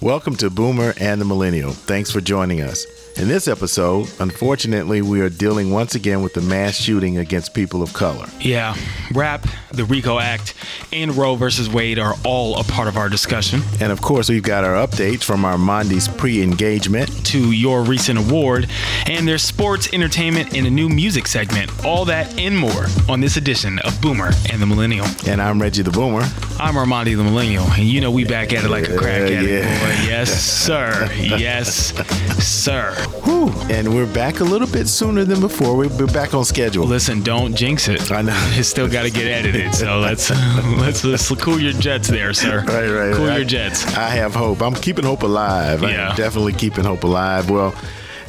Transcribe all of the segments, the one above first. Welcome to Boomer and the Millennial. Thanks for joining us. In this episode, unfortunately, we are dealing once again with the mass shooting against people of color. Yeah, rap, the RICO Act, and Roe versus Wade are all a part of our discussion. And of course, we've got our updates from our Mondi's pre engagement. To your recent award, and there's sports, entertainment, and a new music segment. All that and more on this edition of Boomer and the Millennial. And I'm Reggie the Boomer. I'm Armandi the Millennial, and you know we back at it like a crack Yeah, at it, yeah. boy. Yes, sir. Yes, sir. Whew. And we're back a little bit sooner than before. We're back on schedule. Listen, don't jinx it. I know. It's still got to get edited, so let's, let's let's cool your jets there, sir. Right, right. Cool right. your jets. I have hope. I'm keeping hope alive. Yeah. I'm definitely keeping hope alive. Well,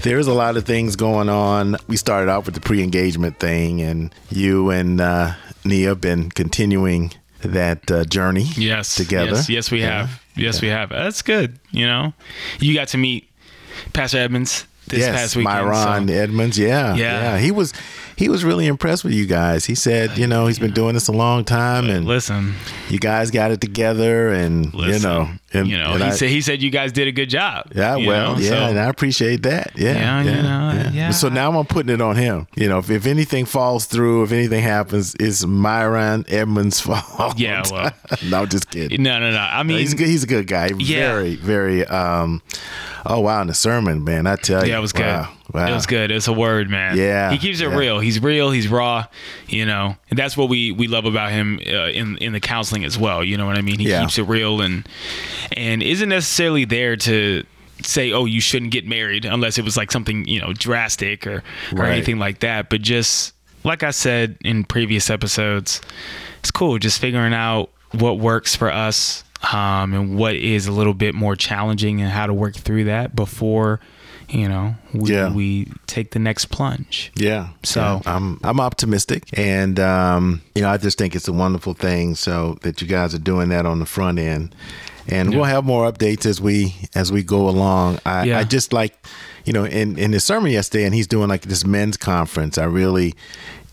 there's a lot of things going on. We started out with the pre engagement thing, and you and uh, Nia have been continuing that uh, journey Yes. together. Yes, yes we Yeah. have. Yes, we have. That's good. You know, you got to meet Pastor Edmonds this yes, past weekend. Myron so- Edmonds. Yeah, Yeah. He was he was really impressed with you guys. He said, you know, he's been doing this a long time, and Listen, you guys got it together, and you listen, know, and, you know, and he I- said he said you guys did a good job. Yeah, you well, know, yeah, so- and I appreciate that. Yeah, Yeah, you know, yeah. So now I'm putting it on him. You know, if, if anything falls through, if anything happens, it's Myron Edmonds' fault. Yeah, well. no, I'm just kidding. no, no, no. I mean, He's good. He's a good guy. Yeah. Very, very. Um, oh wow, in the sermon, man, I tell you, yeah, it was good. Wow, wow. It was good. It's a word, man. Yeah, he keeps it yeah. real. He's real. He's raw. You know, and that's what we we love about him uh, in in the counseling as well. You know what I mean? He Yeah. keeps it real and and isn't necessarily there to say, oh, you shouldn't get married unless it was like something you know drastic or or Right. anything like that. But just like I said in previous episodes, it's cool just figuring out what works for us um, and what is a little bit more challenging and how to work through that before you know we, Yeah. we take the next plunge Yeah. So- Yeah. I'm I'm optimistic, and um, you know I just think it's a wonderful thing. So that you guys are doing that on the front end, and we'll have more updates as we as we go along. I, Yeah. I just like, you know, in in his sermon yesterday, and he's doing like this men's conference. I really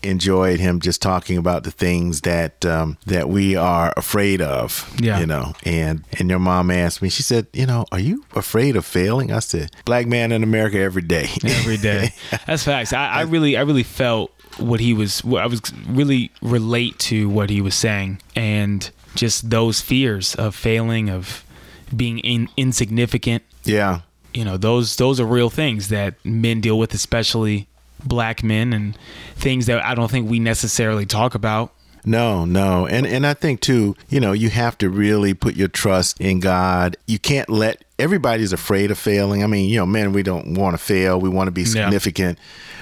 enjoyed him just talking about the things that um, that we are afraid of. Yeah. You know, and and your mom asked me. She said, you know, are you afraid of failing? I said, black man in America every day. every day. That's facts. I, I really, I really felt what he was. what I was really relate to what he was saying, and just those fears of failing, of being in, insignificant. yeah. You know, those those are real things that men deal with, especially black men, and things that I don't think we necessarily talk about. No, no. And and I think too, you know, you have to really put your trust in God. You can't let everybody's afraid of failing. I mean, you know, men, we don't want to fail. We want to be significant.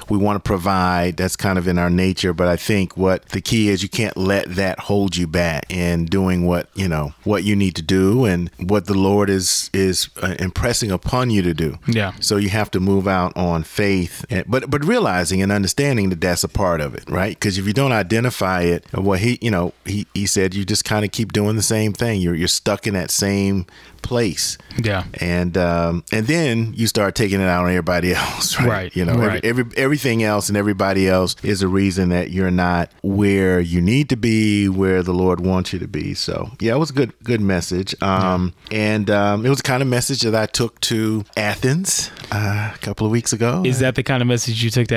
We want to provide. That's kind of in our nature, but I think what the key is you can't let that hold you back in doing what, you know, what you need to do and what the Lord is is uh, impressing upon you to do. Yeah. So you have to move out on faith, and, but but realizing and understanding that that's a part of it, right? Because if you don't identify it, uh, well, he you know he he said you just kind of keep doing the same thing. You're you're stuck in that same place. Yeah. And um, and then you start taking it out on everybody else, right? Right, You know, every- right. every, everything else and everybody else is a reason that you're not where you need to be, where the Lord wants you to be. So yeah, it was a good good message. Um, and um, it was the kind of message that I took to Athens uh, a couple of weeks ago. Is that the kind of message you took to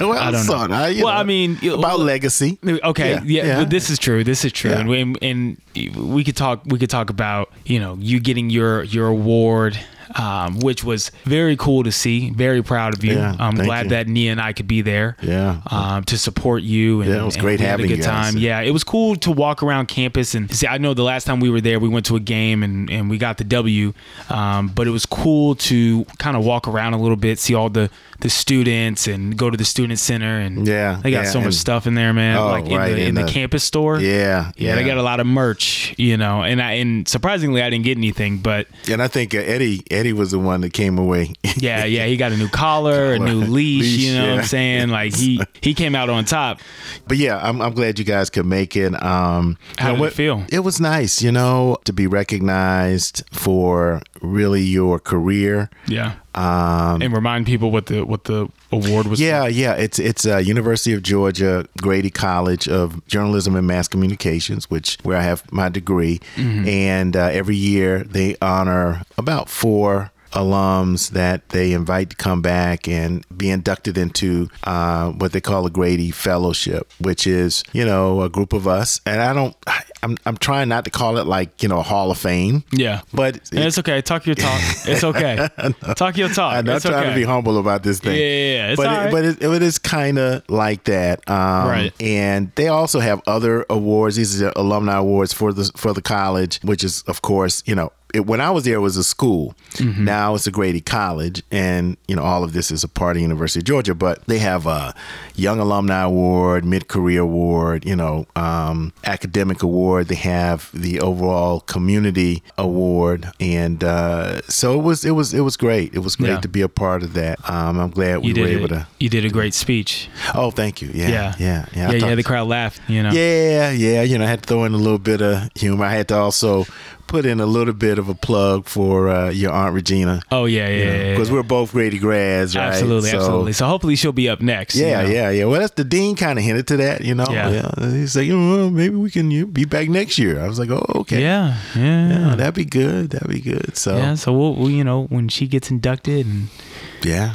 well, I don't know. son, I, you well, know, I mean, you- about legacy. Okay, yeah, but this is true. This is true, Yeah. and, we, and we could talk. We could talk about you know you getting your your award, um, which was very cool to see. Very proud of you. Yeah, I'm thank glad you. that Nia and I could be there. Yeah. um, to support you. And, Yeah, it was and great we had having a good you guys. time. Yeah, it was cool to walk around campus and see. I know the last time we were there, we went to a game and, and we got the W. Um, but it was cool to kind of walk around a little bit, see all the the students, and go to the student center. And Yeah, they got yeah, so much and- stuff in there, man. Oh, like in, right, the, in, in the, the- campus store. Yeah, yeah, they yeah. got a lot of merch, you know. And I and surprisingly, I didn't get anything, but And I think uh, Eddie Eddie was the one that came away. yeah, yeah, he got a new collar, a new Collar. leash, you Leash, know what yeah. I'm saying? Like he he came out on top. But yeah, I'm, I'm glad you guys could make it. Um, How you know, did it feel? It was nice, you know, to be recognized for really your career. Yeah. Um, and remind people what the what the award was. yeah, yeah. It's it's uh, University of Georgia Grady College of Journalism and Mass Communications, which where I have my degree. Mm-hmm. And uh, every year they honor about four alums that they invite to come back and be inducted into uh, what they call a Grady Fellowship, which is you know a group of us. And I don't, I, I'm I'm trying not to call it like you know a Hall of Fame. Yeah, But and it's okay. Talk your talk. It's okay. talk your talk. I'm not it's trying okay. to be humble about this thing. Yeah, yeah, yeah. It's but all it, right. but it, it is kind of like that. Um, Right. And they also have other awards. These are alumni awards for the for the college, which is of course you know. It, when I was there, it was a school. Mm-hmm. Now it's a Grady College, and you know all of this is a part of University of Georgia. But they have a Young Alumni Award, Mid Career Award, you know, um, Academic Award. They have the overall Community Award, and uh, so it was it was it was great. It was great Yeah. to be a part of that. Um, I'm glad we you were did able it. to. You did a great speech. Oh, thank you. Yeah, yeah, Yeah. yeah. I Yeah, thought- yeah. The crowd laughed. You know. yeah, yeah. You know, I had to throw in a little bit of humor. I had to also put in a little bit of a plug for uh, your aunt Regina. Oh yeah, yeah, yeah, yeah. Because we're both Grady grads, right? Absolutely, So- absolutely. So hopefully she'll be up next. you Yeah, know? yeah, yeah. Well, that's the dean kind of hinted to that, you know. Yeah. He's like, you know, well, maybe we can you be back next year. I was like, oh, okay. Yeah, yeah, Yeah, yeah. that'd be good. That'd be good. So yeah, so we'll, we'll, you know, when she gets inducted, and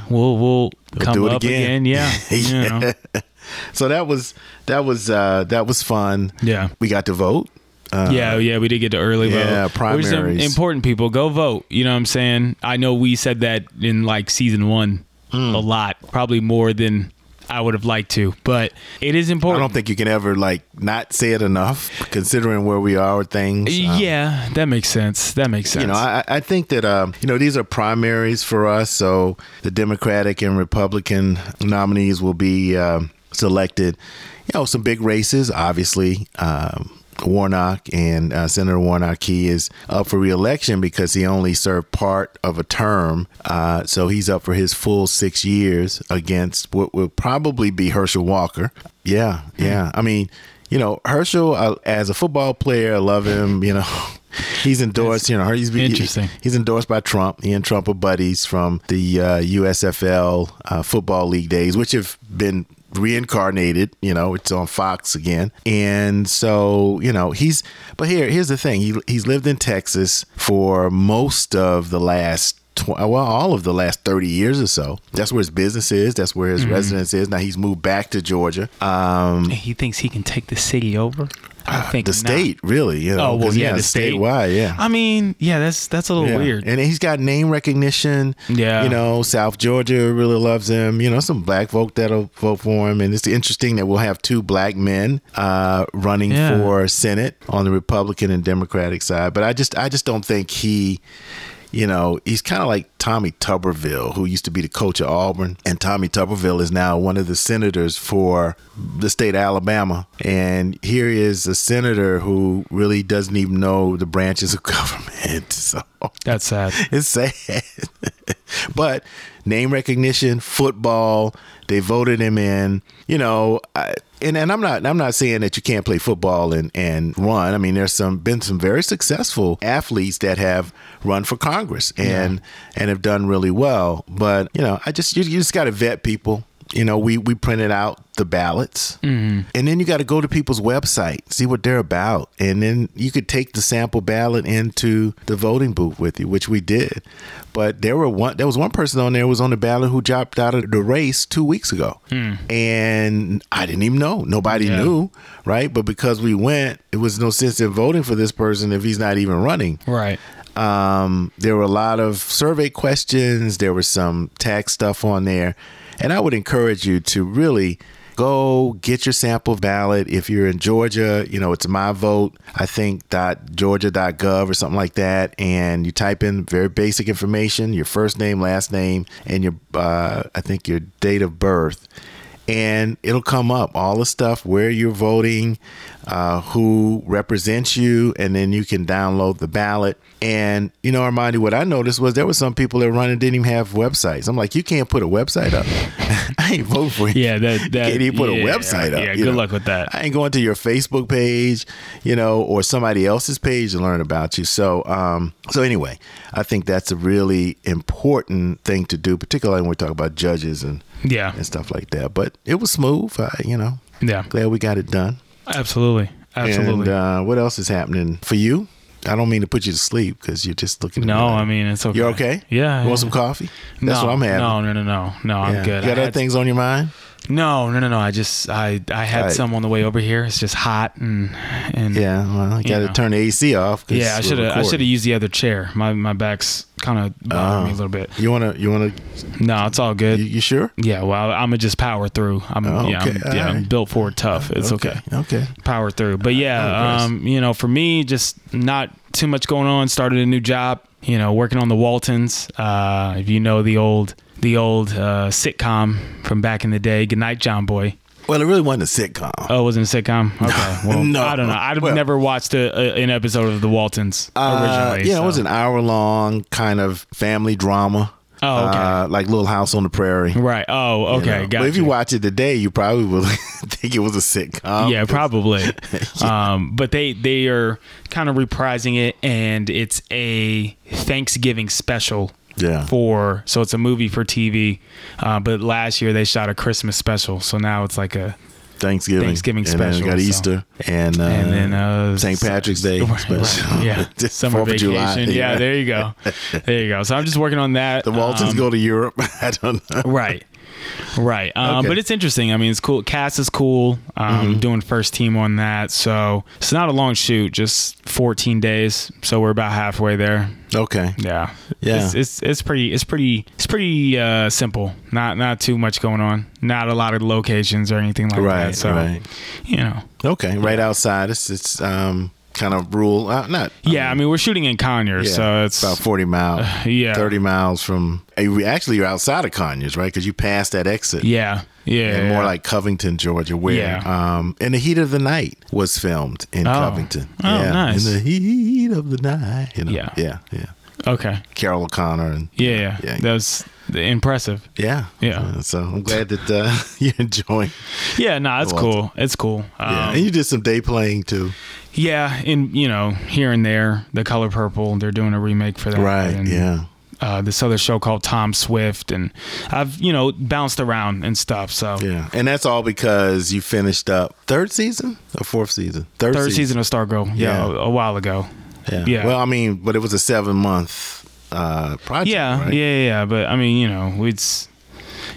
we'll we'll come do it up again. again. Yeah, Yeah. You know. So that was that was uh that was fun. yeah. We got to vote. Uh, yeah, oh, yeah, we did get to early vote. Yeah, We're just im- primaries. important people, go vote. You know what I'm saying? I know we said that in like season one Hmm. a lot, probably more than I would have liked to, but it is I important. don't think you can ever like not say it enough, considering where we are with things. Um, yeah, that makes sense. That makes sense. You know, I, I think that um, you know these are primaries for us, so the Democratic and Republican nominees will be um, selected. You know, some big races, obviously. Um, Warnock and uh, Senator Warnock he is up for reelection because he only served part of a term, uh, so he's up for his full six years against what will probably be Herschel Walker. Yeah, yeah. I mean, you know, Herschel uh, as a football player, I love him. You know, he's endorsed. You know, he's he- Interesting. He's endorsed by Trump. He and Trump are buddies from the uh, USFL uh, football league days, which have been reincarnated. You know, it's on Fox again, and so you know he's. But here, here's the thing. He he's lived in Texas for most of the last. tw- uh, Well, all of the last 30 years or so. That's where his business is. That's where his Mm-hmm. residence is. Now he's moved back to Georgia. Um, he thinks he can take the city over. I think Uh, the not. state, really. You know, Oh, well, 'cause, yeah, the state. statewide, yeah. I mean, yeah, that's that's a little Yeah. weird. And he's got name recognition. Yeah. You know, South Georgia really loves him. You know, some black folk that'll vote for him. And it's interesting that we'll have two black men uh, running Yeah. for Senate on the Republican and Democratic side. But I just I just don't think he you know, he's kind of like Tommy Tuberville, who used to be the coach of Auburn. And Tommy Tuberville is now one of the senators for the state of Alabama. And here is a senator who really doesn't even know the branches of government. So That's sad. it's sad. but name recognition, football, they voted him in. You know, I, and and I'm not I'm not saying that you can't play football and and run. I mean, there's some been some very successful athletes that have run for Congress and and have done really well. But you know, I just you, you just got to vet people. You know, we we printed out the ballots, and then you got to go to people's website, see what they're about, and then you could take the sample ballot into the voting booth with you, which we did. But there were one there was one person on there who was on the ballot who dropped out of the race two weeks ago, and I didn't even know. Nobody Yeah. knew, right? But because we went, it was no sense in voting for this person if he's not even running. Right. Um, there were a lot of survey questions. There was some tax stuff on there. And I would encourage you to really go get your sample ballot. If you're in Georgia, you know, it's my vote, I think, dot georgia.gov or something like that. And you type in very basic information your first name, last name, and your, uh, I think, your date of birth and it'll come up all the stuff where you're voting uh, who represents you, and then you can download the ballot. And you know, Armandi, what I noticed was there were some people that running didn't even have websites. I'm like, you can't put a website up. I ain't voting for you. Yeah, that, that can't even put yeah, a website up. Yeah, you good know? luck with that. I ain't going to your Facebook page, you know, or somebody else's page to learn about you. So, um, so anyway, I think that's a really important thing to do, particularly when we talk about judges and Yeah, and stuff like that. But it was smooth, I, you know. yeah, Glad we got it done. absolutely, And absolutely. uh, what else is happening for you? I don't mean to put you to sleep because you're just looking. at no, me like- I mean it's okay. you're okay. Yeah. You yeah. want some coffee? That's no, what I'm having. No, no, no, no, no. I'm Yeah. good. You got I other had- things on your mind? No, no, no, no. I just I I had Right. some on the way over here. It's just hot and and Yeah. Well, you got to know. turn the AC off. 'cause Yeah, I we're should have I recording. should have used the other chair. My my back's kind of bothering me Oh. a little bit. You wanna? You wanna? No, it's all good. You, you sure? yeah, well, I'm gonna just power through. I'm Oh, yeah, I'm, okay. yeah, I'm Alright. built for it tough. It's okay. Okay. Power through. But yeah, Alright, Chris. um, you know, for me, just not too much going on. Started a new job. You know, working on the Waltons. Uh, if you know the old the old uh, sitcom from back in the day, Goodnight John Boy. Well, it really wasn't a sitcom. Oh, it wasn't a sitcom. Okay, well, No. I don't know. I've Well- never watched a, a, an episode of The Waltons Uh, originally. yeah, so. it was an hour long kind of family drama. Oh, okay. Uh, like Little House on the Prairie. Right. Oh, you okay. know. Gotcha. But if you watch it today, you probably will think it was a sitcom. yeah, probably. Um, but they they are kind of reprising it, and it's a Thanksgiving special. Yeah. For so it's a movie for TV, uh, but last year they shot a Christmas special, so now it's like a Thanksgiving. Thanksgiving and Then special, we got so- Easter and, uh, and then uh, St. Patrick's Day Right, special. right. yeah, Just summer Fourth of vacation. July. Yeah, Yeah. there you go, there you go. So I'm just working on that. The Waltons Um, go to Europe. I don't know. right right um, Okay. Mm-hmm. but it's interesting i mean it's cool cass is cool um, doing first team on that so it's not a long shoot just 14 days so we're about halfway there Okay. yeah Yeah. it's it's, it's pretty it's pretty it's pretty uh, simple not not too much going on not a lot of locations or anything like Right, that so right. you know Okay. Right outside. It's it's um kind of rural. Uh, not. yeah i mean we're shooting in conyers yeah, so it's about forty miles. yeah 30 miles from eh, we- actually you're outside of Conyers, right? Because you passed that exit. yeah yeah And more yeah. like Covington, Georgia, where Yeah. um, in the heat of the night was filmed in Oh. Covington. Oh, nice. In the heat of the night. you know. Yeah. Yeah. Yeah. okay Carol O'Connor and yeah yeah, Yeah. that was impressive yeah. Yeah. Uh, So I'm glad that uh, you're enjoying. yeah no it's Well, cool it's cool Yeah. um, and you did some day playing too. Yeah, and you know, here and there, the color purple, they're doing a remake for that. and, yeah. Uh, this other show called Tom Swift, and I've you know bounced around and stuff. So Yeah. And that's all because you finished up third season or fourth season? third season of Stargirl, yeah, Yeah. a, a while ago. Yeah. yeah. Well, I mean, but it was a seven month uh, project. Yeah, right? yeah, yeah, yeah. But I mean, you know, it's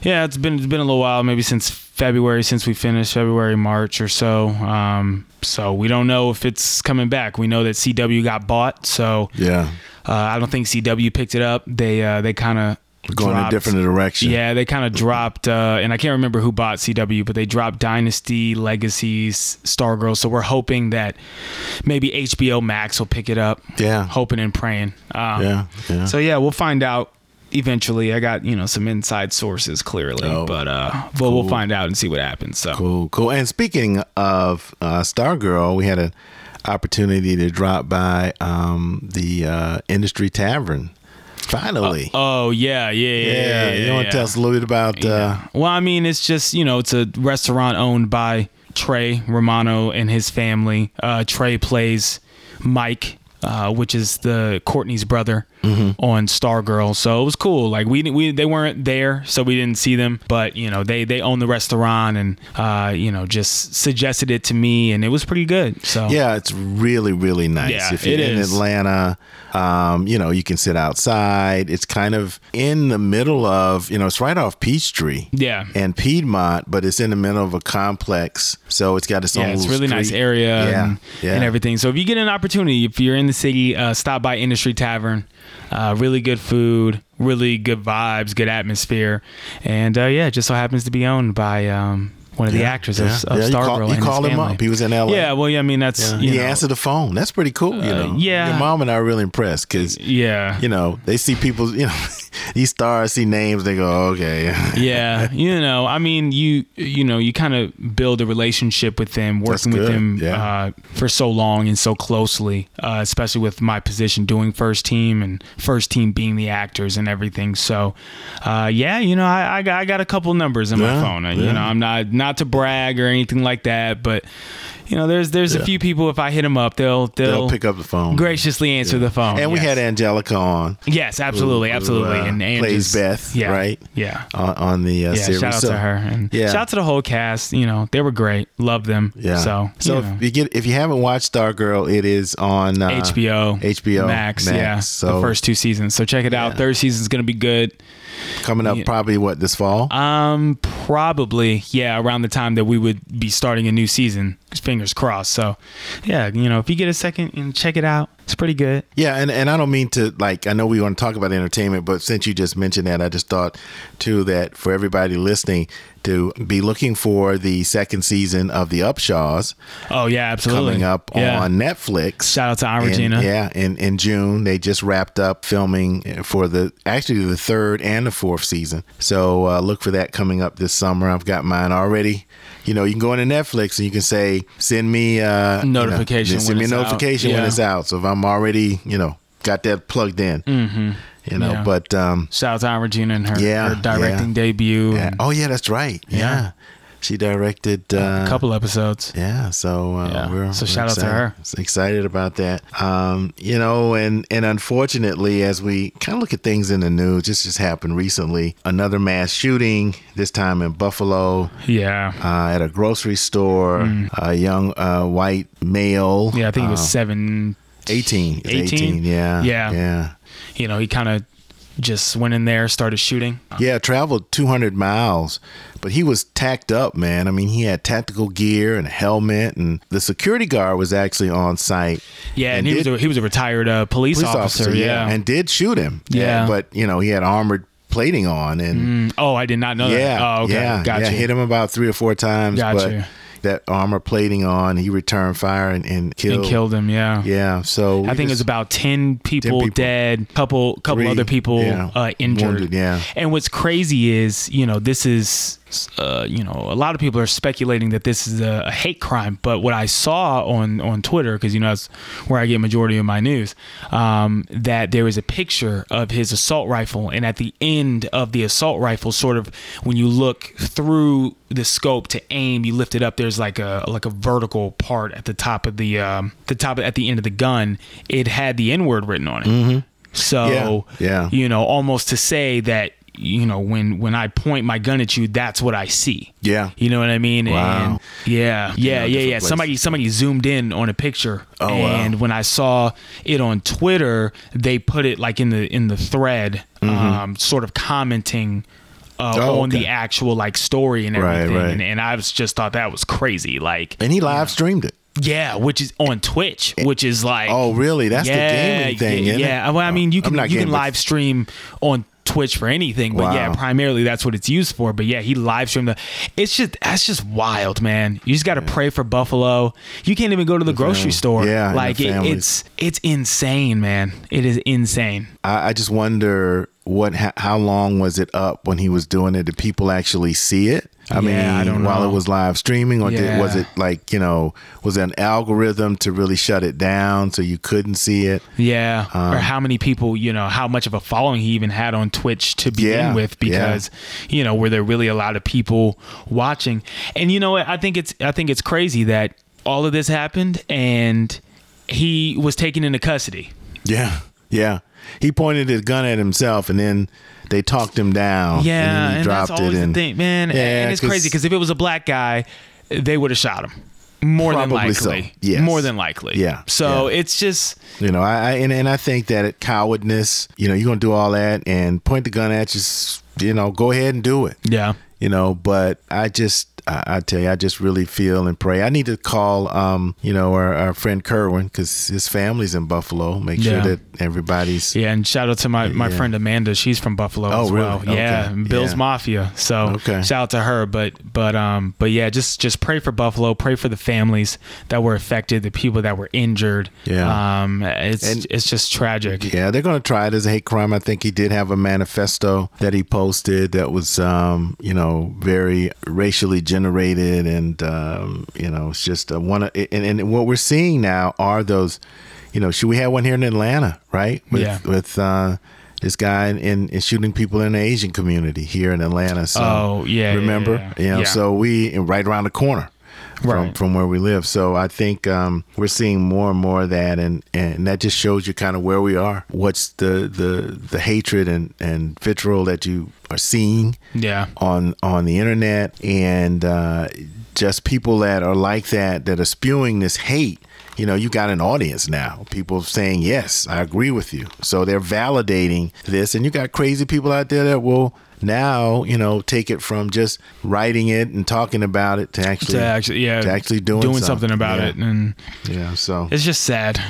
yeah, it's been it's been a little while, maybe since February, since we finished February, March or so. Um, so we don't know if it's coming back. We know that CW got bought, so Yeah. uh, I don't think CW picked it up. They uh, they kind of Going in a different direction. Yeah, they kind of dropped, uh, and I can't remember who bought CW, but they dropped Dynasty, Legacies, Stargirl. So we're hoping that maybe HBO Max will pick it up. Yeah. Hoping and praying. Um, Yeah, yeah. So yeah, we'll find out eventually. I got you know some inside sources clearly, Oh, but uh, but we'll find out and see what happens. So Cool, cool. And speaking of uh, Stargirl, we had an opportunity to drop by um, the uh, Industry Tavern. Finally. oh yeah, yeah, yeah. yeah, you yeah, want yeah. to tell us a little bit about. Uh, Well, I mean, it's just you know, it's a restaurant owned by Trey Romano and his family. Uh, Trey plays Mike. Uh, which is the Courtney's brother on Stargirl, so it was cool. Like we, didn't- we they weren't there, so we didn't see them. But you know they they own the restaurant, and uh, you know just suggested it to me, and it was pretty good. So yeah, it's really, really nice. Yeah, if you're it in is. Atlanta, um, you know, you can sit outside. It's kind of in the middle of, you know, it's right off Peachtree. yeah, and Piedmont, but it's in the middle of a complex, so it's got its own. yeah, it's little really nice street. area Yeah, and, yeah. and everything. So if you get an opportunity, if you're in the city, uh, stop by Industry Tavern. Uh, really good food, really good vibes, good atmosphere, and uh, yeah, it just so happens to be owned by um, one of the Yeah, actors yeah, of, of yeah. You call- Stargirl. you and his called him family. up. He was in LA. Yeah, well, yeah, I mean that's And you he know, Uh, answered the phone. That's pretty cool. You know, yeah. your mom and I are really impressed because yeah, you know they see people. You know, these stars see names, they go, okay. yeah, you know, I mean, you you know, you kind of build a relationship with them, working with them yeah. uh, for so long and so closely, uh, especially with my position doing first team and first team being the actors and everything. So, uh, yeah, you know, I, I got I got a couple numbers in my Yeah, phone. Uh, You yeah. know, I'm not not to brag or anything like that, but you know, there's there's a few people. If I hit them up, they'll they'll, They'll pick up the phone. graciously answer the phone. And we yes. had Angelica on. Yes, absolutely, who, absolutely. uh, and and plays just- Beth, yeah, right? Yeah. On, on the uh, Yeah, series. shout out So- to her and Yeah. shout out to the whole cast. You know, they were great. Love them. Yeah. So, so you if know, you get if you haven't watched Stargirl, it is on uh, HBO, HBO Max, Max, yeah, the so- first two seasons. So check it out. Third season's gonna be good. coming up probably what this fall. Um, probably yeah, around the time that we would be starting a new season. Fingers crossed. So, yeah, you know, if you get a second and check it out, it's pretty good. Yeah, and, and I don't mean to like I know we want to talk about entertainment, but since you just mentioned that, I just thought too that for everybody listening to be looking for the second season of The Upshaws Oh yeah, absolutely. coming up Yeah. on Netflix. Shout out to Aunt In- Regina. yeah, in, in June they just wrapped up filming for the actually the third and the fourth season. So uh, look for that coming up this summer. I've got mine already. You know, you can go into Netflix and you can say, "Send me uh, you know, Notification when send me a it's out." notification Yeah. when it's out." So if I'm already, you know, got that plugged in, mm-hmm. you know. Yeah. But um, Shout out to Aunt Regina and her, Yeah, her directing yeah. debut. yeah. and oh yeah, that's right. Yeah, she directed uh, Mm. a couple episodes. yeah, so uh, Yeah. we're So we're shout out to excited, her. Excited about that, um, you know, and and unfortunately, as we kind of look at things in the news, this just happened recently. Another mass shooting, this time in Buffalo, Yeah. uh, at a grocery store. A young uh, white male, Mm. Yeah, I think it was uh, seven. 18, 18, yeah, Yeah. yeah, You know, he kind of just went in there, started shooting. Yeah, traveled 200 miles, but he was tacked up, man. I mean, he had tactical gear and a helmet, and the security guard was actually on site. Yeah, and, And he did- was a, he was a retired uh, police, police officer. officer, Yeah. and did shoot him. Yeah. but you know he had armored plating on, and Mm, oh, I did not know that. yeah, Oh, okay. yeah, gotcha. yeah, hit him about three or four times. Got but you. that armor plating on, he returned fire and, and killed. and killed him. Yeah. Yeah, so I think it was about 10 people, people. dead, couple couple Three, other people yeah, uh, injured. wounded, yeah. And what's crazy is, you know, this is, uh, you know, a lot of people are speculating that this is a, a hate crime. But what I saw on, on Twitter, because, you know, that's where I get majority of my news, um, that there was a picture of his assault rifle. And at the end of the assault rifle, sort of when you look through the scope to aim, you lift it up. There's like a like a vertical part at the top of the um, the top at the end of the gun. It had the N word written on it. So Mm-hmm. Yeah, yeah. you know, almost to say that you know when when I point my gun at you, that's what I see. Yeah. you know what I mean. Wow. And yeah, yeah, yeah, different yeah. Somebody places. somebody zoomed in on a picture, wow. and when I saw it on Twitter, they put it like in the in the thread, um, sort of commenting. Uh, Mm-hmm. Oh, on okay. the actual like story and Right, everything, right. And, and I was just thought that was crazy. Like, and he live streamed it. yeah, which is on Twitch, which is like, Oh, really? That's the gaming thing, yeah, isn't yeah. it? Well, I mean, you I'm can not you can gaming, but- live stream on Twitch for anything, but yeah, Wow. primarily that's what it's used for. But yeah, he live streamed the. It's just that's just wild, man. You just got to pray for Buffalo. You can't even go to the, grocery family. store. Yeah, and the like it, families. it's it's insane, man. It is insane. I, I just wonder what ho- how long was it up when he was doing it? Did people actually see it? I mean, Yeah, I don't while know. it was live streaming, or did, was Yeah. it like you know, was it an algorithm to really shut it down so you couldn't see it? Yeah. Um, or how many people, you know, how much of a following he even had on Twitch to begin Yeah, with, because, you know, were there really a lot of people watching? And you know what? I think it's I think it's crazy that all of this happened and he was taken into custody. Yeah, yeah. He pointed his gun at himself, and then they talked him down. Yeah, and, then and, he that's dropped always it. And the thing, man. Yeah, and it's 'cause- crazy because if it was a black guy, they would have shot him. More than Probably so, likely, yes. more than likely, Yeah, So it's just, you know, I, I and, and I think that it, cowardness. You know, you're gonna do all that and point the gun at you. s- You know, go ahead and do it. yeah, you know but i just I, I, tell you, I just really feel and pray. I need to call, um, you know, our, our friend Kerwin because his family's in Buffalo. Make sure Yeah. that everybody's Yeah, and shout out to my, my Yeah. friend Amanda. She's from Buffalo Oh, as well. really? Yeah, Okay. Bill's Yeah. Mafia. So Okay. shout out to her. But but um but yeah, just just pray for Buffalo. Pray for the families that were affected, the people that were injured. Yeah. um, it's And- it's just tragic. Yeah, they're going to try it as a hate crime. I think he did have a manifesto that he posted that was, um, you know, very racially generated, and um, you know, it's just uh, one. Of, and, and what we're seeing now are those, you know, should we have one here in Atlanta, right? With, Yeah. With uh, this guy in, in shooting people in the Asian community here in Atlanta. So Oh, yeah, yeah, remember? yeah, yeah. You know, Yeah. so we right around the corner from, Right. from where we live. So I think um, we're seeing more and more of that, and, and that just shows you kind of where we are. What's the the, the hatred and, and vitriol that you are seeing Yeah. on on the internet, and uh, just people that are like that that are spewing this hate. You know, you got an audience now. People saying yes, I agree with you. So they're validating this, and you got crazy people out there that will now, you know, take it from just writing it and talking about it to actually, To actually, yeah, to actually doing something, something. about Yeah. it, and yeah. So it's just sad.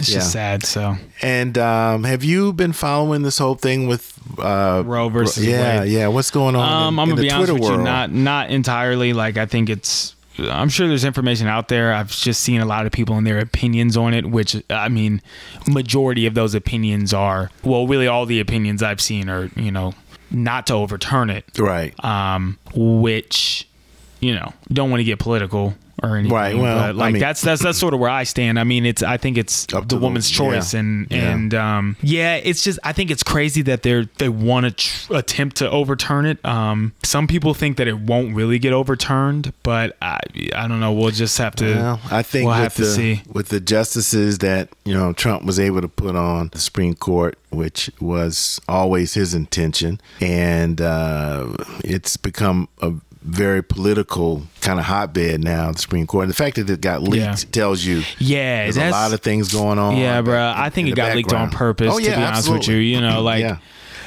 It's just sad. So And um, have you been following this whole thing with uh, Roe versus Yeah, Wade. yeah. What's going on? Um, in, I'm in gonna the be honest Twitter with world? you, not not entirely. Like I think it's. I'm sure there's information out there. I've just seen a lot of people and their opinions on it, which I mean, majority of those opinions are well, really all the opinions I've seen are you know not to overturn it, right? um, which you know don't want to get political or anything. Right, well, but, like I mean- that's that's that's sort of where I stand. I mean, it's I think it's Up to the the- woman's choice, yeah, and yeah. and um, yeah, it's just I think it's crazy that they're they want to tr- attempt to overturn it. Um, some people think that it won't really get overturned, but I I don't know. We'll just have to. Well, I think we'll with have the to see. with the justices that you know Trump was able to put on the Supreme Court, which was always his intention, and uh, it's become a very political kind of hotbed now. The Supreme Court. And the fact that it got leaked Yeah. tells you Yeah, there's a that's- lot of things going on. Yeah, bro. in- I think in it the got leaked on background. purpose. Oh, yeah, to be honest with you, absolutely. you know, like, Yeah.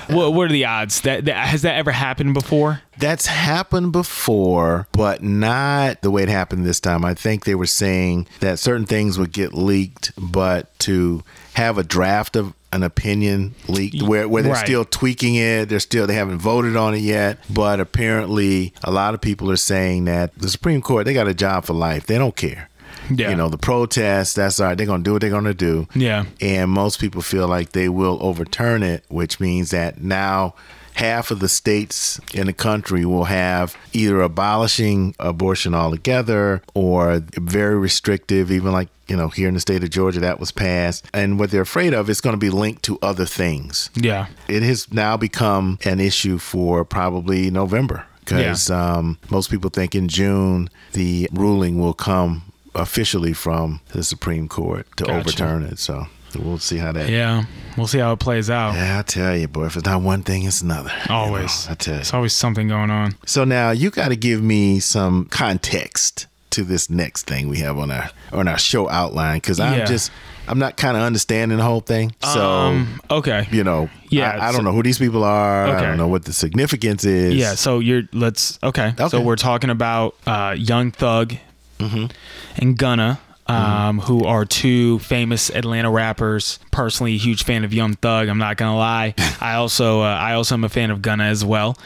What, what are the odds that, that has that ever happened before? That's happened before, but not the way it happened this time. I think they were saying that certain things would get leaked, but to have a draft of an opinion leaked where, where they're Right. still tweaking it, they're still they haven't voted on it yet. But apparently a lot of people are saying that the Supreme Court, they got a job for life. They don't care. Yeah. You know, the protests, that's all right. They're gonna do what they're gonna do Yeah. and most people feel like they will overturn it, which means that now half of the states in the country will have either abolishing abortion altogether or very restrictive, even like you know here in the state of Georgia that was passed. And what they're afraid of is going to be linked to other things. Yeah. It has now become an issue for probably November because um, most people think in June the ruling will come officially from the Supreme Court to Gotcha. overturn it. So we'll see how that. Yeah. Yeah. We'll see how it plays out. I tell you, boy, if it's not one thing, it's another. you know, Always. I tell you. It's always something going on. So now you got to give me some context to this next thing we have on our on our show outline because I'm Yeah. just I'm not kind of understanding the whole thing. So um, okay. you know, Yeah, I, I so- don't know who these people are. I Okay. don't know what the significance is. Yeah. So you're let's okay. Okay. Mm-hmm. So we're talking about uh, Young Thug and Gunna. Um, Who are two famous Atlanta rappers? Personally, a huge fan of Young Thug. I'm not gonna lie. I also, uh, I also am a fan of Gunna as well.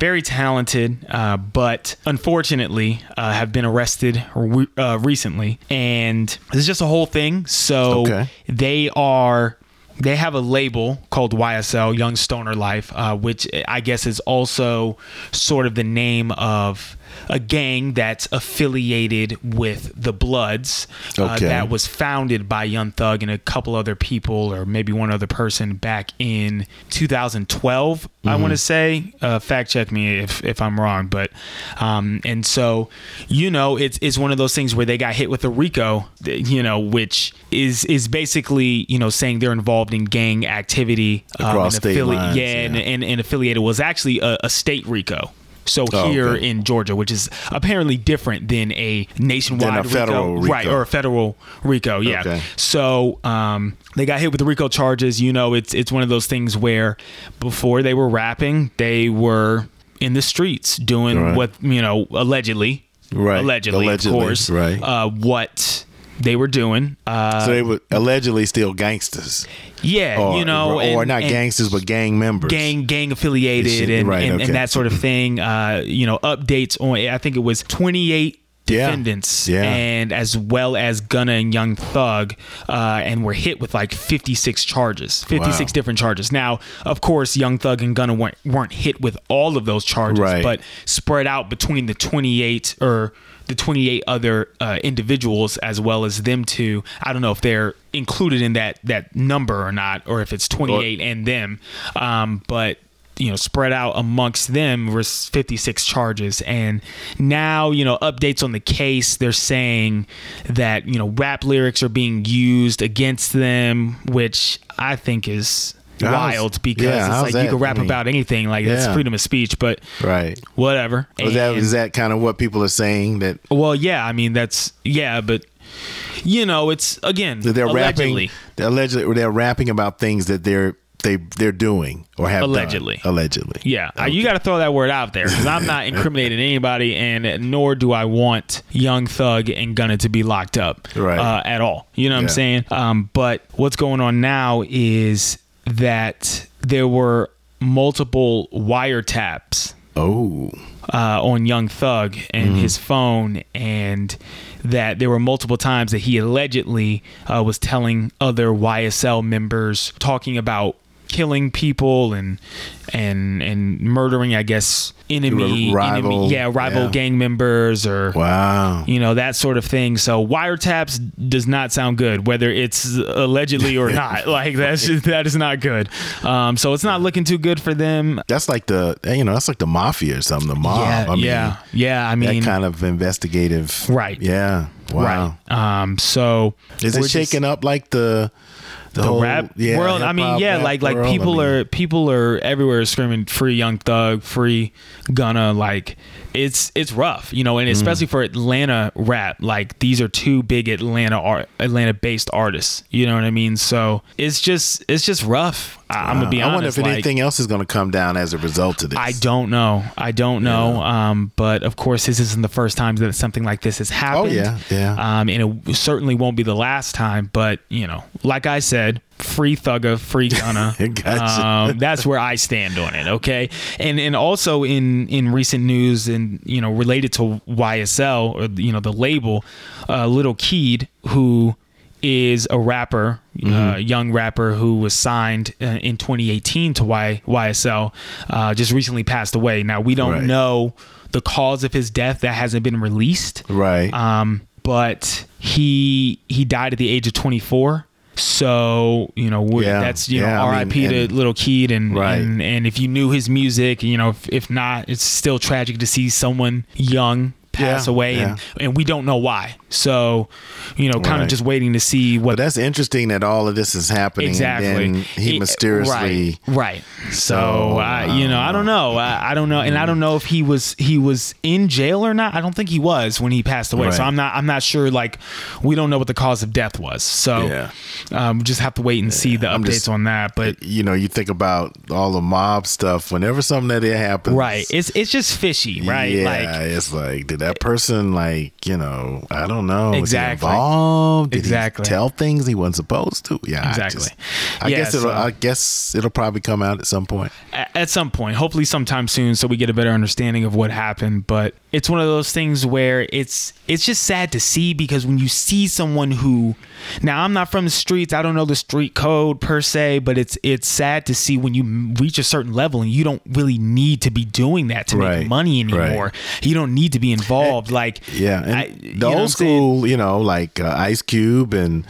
Very talented, uh, but unfortunately, uh, have been arrested re- uh, recently, and this is just a whole thing. So Okay. they are they have a label called YSL Young Stoner Life, uh, which I guess is also sort of the name of a gang that's affiliated with the Bloods uh, Okay. that was founded by Young Thug and a couple other people, or maybe one other person, back in 2012. Mm-hmm. I want to say, uh, fact check me if if I'm wrong, but um, and so you know, it's it's one of those things where they got hit with a RICO, th- you know, which is is basically you know saying they're involved in gang activity um, Across and state affili- lines, yeah, And, yeah. and and affiliated was actually a, a state RICO. So Oh, here okay. in Georgia, which is apparently different than a nationwide Than a federal right, RICO. or a federal RICO, yeah. Okay. So um, they got hit with the RICO charges. You know, it's it's one of those things where before they were rapping, they were in the streets doing Right. what you know allegedly, Right. allegedly, Allegedly, of course, right. Uh, what they were doing. Uh, so they were allegedly still gangsters, yeah, or, you know, or, and- not and gangsters, but gang members. Gang, gang affiliated, Yes, and, right, and, okay. and that sort of thing. Uh, you know, updates on. I think it was twenty eight Yeah. defendants, Yeah. and as well as Gunna and Young Thug, uh, and were hit with like fifty six charges, fifty six Wow. different charges. Now, of course, Young Thug and Gunna weren't weren't hit with all of those charges, Right. but spread out between the twenty eight or. The 28 other uh, individuals, as well as them two. I don't know if they're included in that that number or not, or if it's 20. 28 and them um, but you know spread out amongst them were 56 charges and now you know updates on the case they're saying that you know rap lyrics are being used against them which i think is How's- wild because yeah, how's it's like you that? can rap I mean, about anything like that's yeah. freedom of speech but right? whatever Was that And- is that kind of what people are saying that well yeah i mean that's yeah but you know it's again that they're allegedly. rapping? They're allegedly, they're rapping about things that they're they they're doing or have done. Allegedly. allegedly. Yeah, uh, you got to throw that word out there because I'm not incriminating anybody, and nor do I want Young Thug and Gunna to be locked up Right. uh, at all. You know what Yeah. I'm saying? Um, but what's going on now is that there were multiple wiretaps Oh, uh, on Young Thug and Mm. his phone, and that there were multiple times that he allegedly uh, was telling other YSL members, talking about killing people and and and murdering, I guess, enemy, Rival, enemy yeah, rival yeah. gang members or wow. you know that sort of thing so wiretaps does not sound good whether it's allegedly or not like that's just, that is not good um, so it's not looking too good for them That's like the you know that's like the mafia or something. The mob. yeah I mean, yeah yeah i mean that kind of investigative. Right. Yeah. Wow. Right. Um. So Is it we're just- shaking up like the the, the whole rap yeah, world? I mean, hip-hop yeah, rap like like world? I people mean, are people are everywhere screaming free Young Thug, free Gunna. Like it's it's rough, you Mm. know, and especially for Atlanta rap. Like these are two big Atlanta art Atlanta based artists. You know what I mean? So it's just it's just rough. I, I'm gonna be honest. Ah, I wonder if like, anything else is going to come down as a result of this. I don't know. I don't know. Um, but of course, this isn't the first time that something like this has happened. Oh, yeah, yeah. Um, and it certainly won't be the last time. But you know, like I said, free thugger, free gunna. Gotcha. um, that's where I stand on it. Okay, and and also in in recent news and you know related to YSL or uh, you know the label, uh, Little Keed who is a rapper, Mm-hmm. uh, young rapper who was signed uh, in 2018 to y- YSL, uh, just recently passed away. Now we don't Right. know the cause of his death; that hasn't been released. Right. Um, but he he died at the age of 24. So you know we're, Yeah, that's you yeah, know I mean, R.I.P. and- to little Keed and, Right. and and if you knew his music, you know if, if not, it's still tragic to see someone young pass Yeah, away yeah. and and we don't know why. So you know kind Right. of just waiting to see what but that's interesting that all of this is happening. exactly And then he It- mysteriously. right, right. So So, um, I you know I don't know I, I don't know and I don't know if he was he was in jail or not I don't think he was when he passed away so Right. I'm not I'm not sure like we don't know what the cause of death was so Yeah. um, we just have to wait and see the updates just- on that but You know, you think about all the mob stuff. Whenever something that it happens, right it's it's just fishy right Yeah, like it's like did that person like you know I don't know was he Exactly. involved did he Exactly. tell things he wasn't supposed to yeah I, Exactly. just- I Yeah, guess it'll so- I guess it'll probably come out at some point a- at some point hopefully sometime soon so we get a better understanding of what happened but it's one of those things where it's it's just sad to see because when you see someone who now I'm not from the streets I don't know the street code per se but it's it's sad to see when you m- reach a certain level and you don't really need to be doing that to Right. make money Right. Eh, anymore you don't need to be involved like yeah and I- you the know what I'm old saying? school you know like uh, Ice Cube and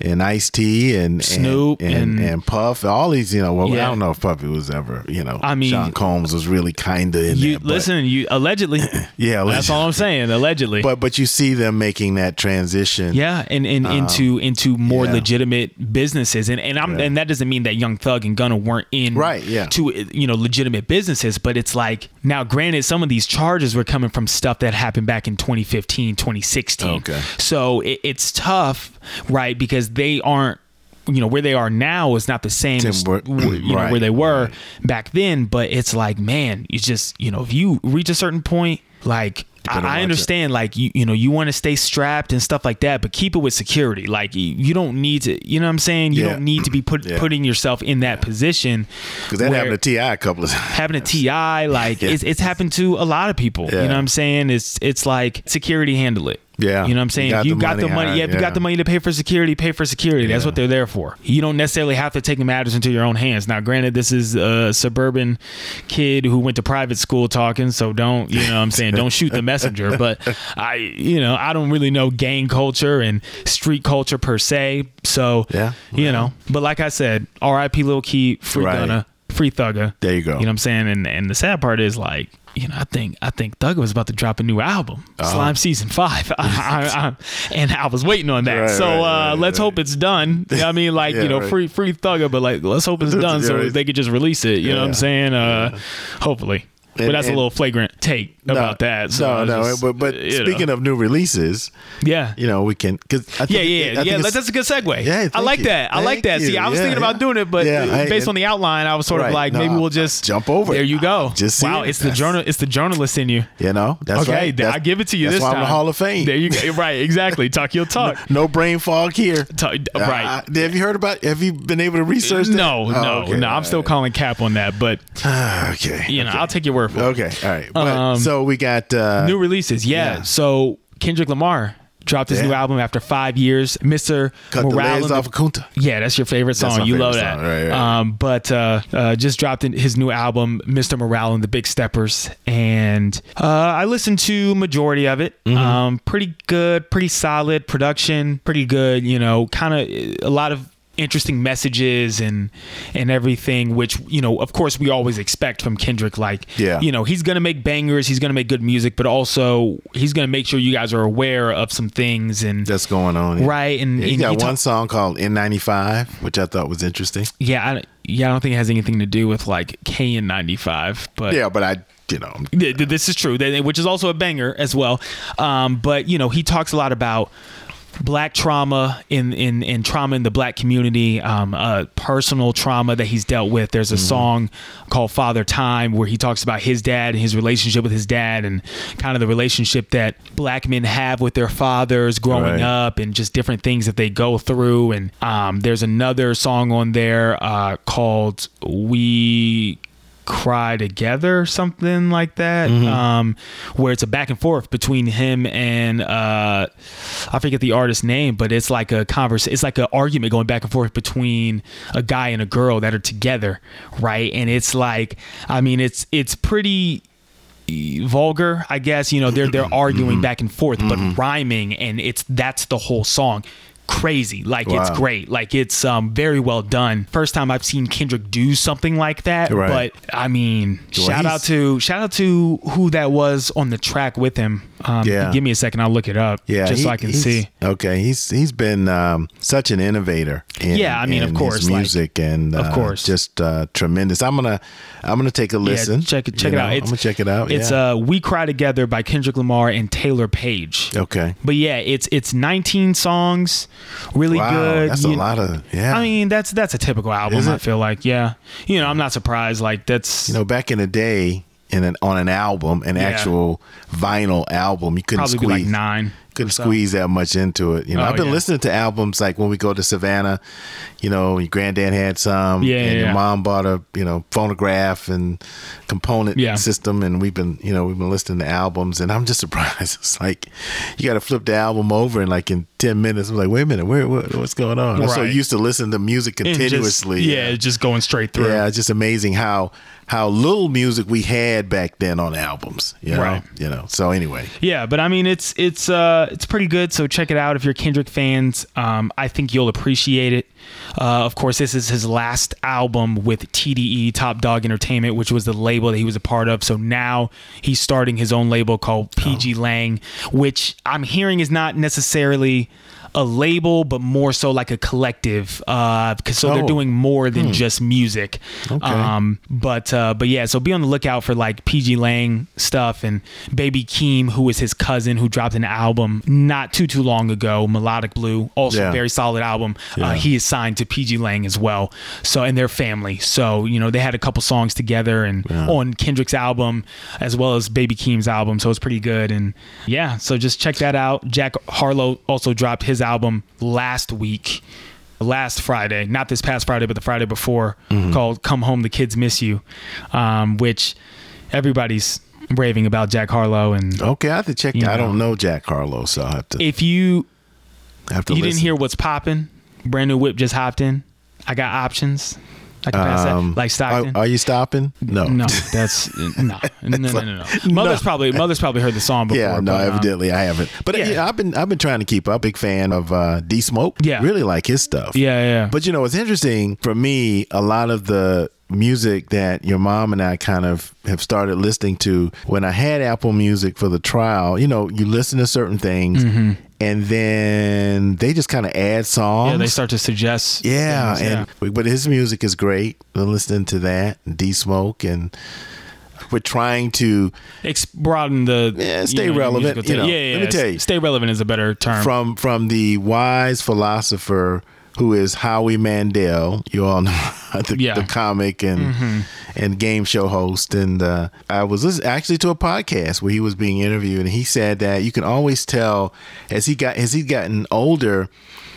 and Ice T and Snoop and, and, and- and Puff all these you know well Yeah. I don't know if Puffy was ever you know I mean- Sean Combs was really kind of in you there, but- listen you allegedly yeah that's all I'm saying allegedly but but you see them making that transition Yeah, and, and into into more Um, yeah. legitimate businesses, and and I'm and that doesn't mean that Young Thug and Gunna weren't in Right, yeah. to you know legitimate businesses, but it's like now, granted, some of these charges were coming from stuff that happened back in 2015, 2016. Okay. so it, it's tough, right? Because they aren't you know where they are now is not the same as Tim, right, you know, right, where they were back then but it's like man it's just you know if you reach a certain point like gotta watch I, I it. understand like you you know you want to stay strapped and stuff like that but keep it with security like you, you don't need to you know what i'm saying you Yeah. don't need to be put Yeah. putting yourself in that position because that where- happened to Ti a couple of times. happened to ti like Yeah. it's, it's happened to a lot of people you Yeah. know what i'm saying it's it's like security handle it Yeah. you know what i'm You saying got you the got money, the money huh? yeah, if you Yeah. got the money to pay for security pay for security that's what they're there for you don't necessarily have to take matters into your own hands now granted this is a suburban kid who went to private school talking so don't you know what i'm saying don't shoot the messenger but i you know i don't really know gang culture and street culture per se so Yeah. you know but like i said rip lil key free Right. gunna free thugga There you go. you know what I'm saying? And and the sad part is like, you know, I think I think Thugger was about to drop a new album, Uh-huh. Slime Season Five, I, I, I, and I was waiting on that. Right, so right, uh, right, let's right. hope it's done. You know what I mean, like Yeah, you know, right. free free Thugger, but like let's hope it's done so right. they could just release it. You know what I'm Yeah. saying? Uh, Hopefully. but And- that's a and- little flagrant take about that. So I no, was no, just, uh, but but you know. speaking of new releases, yeah, you know, we can because yeah, yeah, yeah. Let- That's a good segue. Yeah, I thank like you. that. I like that. Thank See, you. I was Yeah, thinking about yeah. doing it, but Yeah, uh, I- based on the outline, I was sort of Right. like, No, maybe we'll just jump over it. There you go. Just see wow, it. it's the That's- journal. It's the journalist in you. you know, that's okay, right. th- That's- I give it to you that's this why time. I'm the Hall of Fame. There you go. Right, exactly. Talk your talk. no brain fog here. Talk- right. Uh, have you heard about? Have you been able to research? That? no, Oh, no, okay, no. all I'm still calling cap on that, but right. okay. you know, okay. I'll take your word for it. Okay, all right. But, Um, so we got uh, New releases, yeah. yeah. So Kendrick Lamar dropped his Yeah. new album after five years. Mr. cut the Morale legs and the- off of Kunta. Yeah, that's your favorite song. my you favorite love song, that. right, right. Um, but uh, uh, just dropped in his new album, Mr. Morale and the Big Steppers, and uh, I listened to majority of it. Mm-hmm. Um, pretty good, pretty solid production, pretty good. You know, kind of a lot of interesting messages and and everything which you know of course we always expect from Kendrick like Yeah. you know he's gonna make bangers he's gonna make good music but also he's gonna make sure you guys are aware of some things and That's going on. right and, Yeah, he and got he one talk- song called N95, which I thought was interesting. Yeah, I, yeah, I don't think it has anything to do with like K and ninety five, but Yeah, but I, you know, th- th- this is true, th- which is also a banger as well. Um, but you know, he talks a lot about black trauma in in, in trauma in the black community, um, uh, personal trauma that he's dealt with. There's a Mm-hmm. song called "Father Time" where he talks about his dad and his relationship with his dad, and kind of the relationship that black men have with their fathers growing Right. up up and just different things that they go through. And um, there's another song on there uh, called We Cry Together, something like that, um, where it's a back and forth between him and uh, I forget the artist's name, but it's like a converse, it's like an argument going back and forth between a guy and a girl that are together, right? And it's like, I mean, it's it's pretty vulgar, I guess. You know, they're Mm-hmm. they're arguing back and forth, but rhyming, and it's that's the whole song. Crazy, like it's Wow. great, like it's um very well done. First time I've seen Kendrick do something like that, Right. but I mean, shout he's- out to shout out to who that was on the track with him. Um, Yeah. give me a second, I'll look it up, yeah, just he- so I can he's- see. Okay, he's he's been um, such an innovator. In, Yeah, I mean, of in his course, like- music and uh, course. just uh, tremendous. I'm gonna I'm gonna take a listen. Yeah, check it check you it know, out. I'm gonna check it out. It's yeah. uh, "We Cry Together" by Kendrick Lamar and Taylor Page. okay. But yeah, it's it's 19 songs, really Wow, good. that's a you- lot of yeah. I mean, that's that's a typical album. Is I it? feel like, yeah, you know, I'm not surprised. Like that's you know, back in the day, in an on an album, an actual vinyl album, you couldn't probably be squeeze like nine. couldn't squeeze that much into it. You know, Oh, I've been yeah. listening to albums like when we go to Savannah, you know, your granddad had some, Yeah, and yeah, your yeah. mom bought a you know phonograph and component Yeah. system, and we've been you know we've been listening to albums, and I'm just surprised. It's like you got to flip the album over in like in ten minutes. I'm like, wait a minute, where, what, what's going on? I'm so Right. used to listening to music And just- continuously. yeah, just going straight through. Yeah, it's just amazing how how little music we had back then on albums. You know, Right. you know. So anyway, Yeah, but I mean it's it's uh it's pretty good. So check it out if you're Kendrick fans. Um, I think you'll appreciate it. Uh, of course, this is his last album with TDE Top Dog Entertainment, which was the label that he was a part of. So now he's starting his own label called PG Lang, which I'm hearing is not necessarily a label, but more so like a collective. Uh, 'cause- so they're Oh. doing more than just music. Okay. Um, but uh, but yeah, so be on the lookout for like PG Lang stuff and Baby Keem, who is his cousin, who dropped an album um, not too too long ago. Melodic Blue, also Yeah. very solid album. Yeah. Uh, he is signed to PG Lang as well. So and their family. So you know they had a couple songs together and on Kendrick's album as well as Baby Keem's album. So it's pretty good. And yeah, so just check that out. Jack Harlow also dropped his album last week. Last Friday, not this past Friday, but the Friday before, called "Come Home, the Kids Miss You," um, which everybody's raving about Jack Harlow and Okay, I have to check. You that. I know. don't know Jack Harlow, so I have to. if you I have to. you didn't listen. hear what's popping, brand new whip just hopped in. I got options. I can pass Um, that. Like Stockton. Are, are you stopping? No. no, that's no, no, no, no, no. Mother's probably mother's probably heard the song before. Yeah, no, but, um, evidently I haven't. But uh, yeah. yeah, I've been I've been trying to keep up. Big fan of uh, D Smoke. Yeah. really like his stuff. yeah, yeah, But you know, it's interesting for me. A lot of the music that your mom and I kind of have started listening to when I had Apple Music for the trial. You know, you listen to certain things, Mm-hmm. and then they just kind of add songs. yeah. They start to suggest. Yeah, things, and but his music is great. Been listening to that, D Smoke, and we're trying to yeah. Ex- broaden the Yeah, stay your relevant, musical you taste. know. yeah, yeah, Let me yeah. tell you. stay relevant is a better term. from from the wise philosopher who is Howie Mandel. You all know the, Yeah. Mm-hmm. the comic and and game show host. And uh, I was listening actually to a podcast where he was being interviewed, and he said that you can always tell as he got as he's gotten older.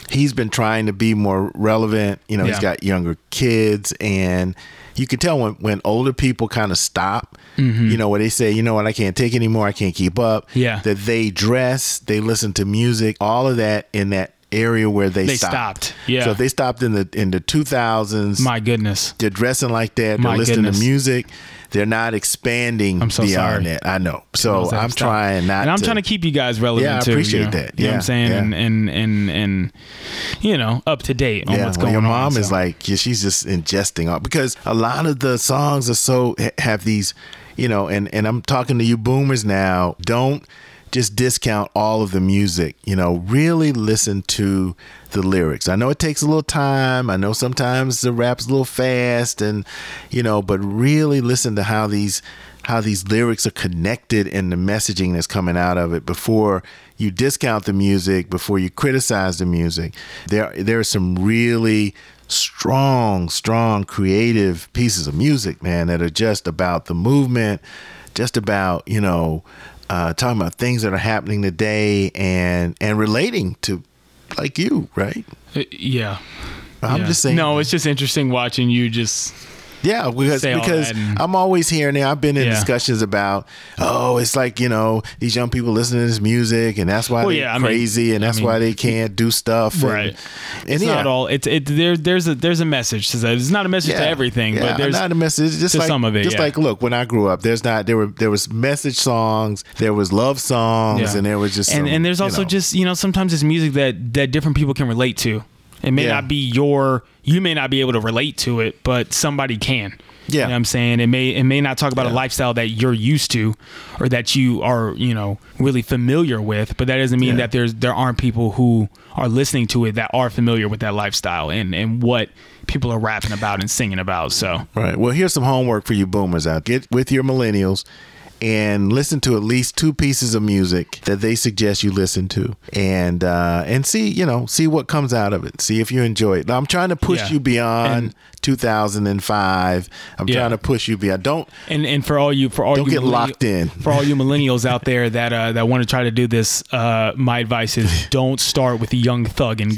He's been trying to be more relevant. You know, he's Yeah. got younger kids, and you can tell when, when older people kind of stop, Mm-hmm. you know, where they say, you know what, I can't take anymore. I can't keep up Yeah. that they dress, they listen to music, all of that in that area where they, They stopped. stopped, yeah. So if they stopped in the in the two thousands. My goodness. They're dressing like that. They're My listening goodness. to music. They're not expanding I'm so beyond sorry. that. I know. So I'm Stop. trying not. and I'm trying to keep you guys relevant Yeah, I too. you appreciate know? that. You know what Yeah, I'm saying? yeah. And, and and and you know, up to date on Yeah, what's when going your on. mom is so. like, yeah, she's just ingesting all because a lot of the songs are so ha- have these, you know, and and I'm talking to you boomers now. Don't just discount all of the music. You know, really listen to the lyrics. I know it takes a little time. I know sometimes the rap's a little fast, and you know, but really listen to how these how these lyrics are connected and the messaging that's coming out of it before you discount the music, before you criticize the music. There there are some really strong, strong creative pieces of music, man, that are just about the movement, just about, you know, uh, talking about things that are happening today and and relating to like you, right? Uh, yeah. I'm Yeah. just saying. No, it's just interesting watching you just. Yeah, because say all because that and- I'm always hearing it. I've been in Yeah. discussions about oh, it's like you know these young people listen to this music and that's why Well, they're yeah, I mean- crazy and I that's mean- why they can't do stuff. And, Right. And It's yeah, not all. It's it. There, there's a there's a message to that. It's not a message to yeah, everything, yeah, but there's not a message. Just to like some of it, Just yeah. like look, when I grew up, there's not there were there was message songs, there was love songs, Yeah. and there was just some, and and there's you also know. just you know sometimes it's music that that different people can relate to. It may Yeah. not be your you may not be able to relate to it, but somebody can. Yeah. You know what I'm saying it may it may not talk about a lifestyle that you're used to or that you are, you know, really familiar with, but that doesn't mean Yeah. that there's there aren't people who are listening to it that are familiar with that lifestyle and and what people are rapping about and singing about. So Right. Well, here's some homework for you boomers out. Get with your millennials and listen to at least two pieces of music that they suggest you listen to and uh, and see you know see what comes out of it see if you enjoy it now i'm trying to push Yeah. you beyond And- 2005 i'm Yeah. trying to push you beyond don't And and for all you for all Don't you get millenni- locked in. for all you millennials out there that uh, that want to try to do this, uh, my advice is don't start with a young thug and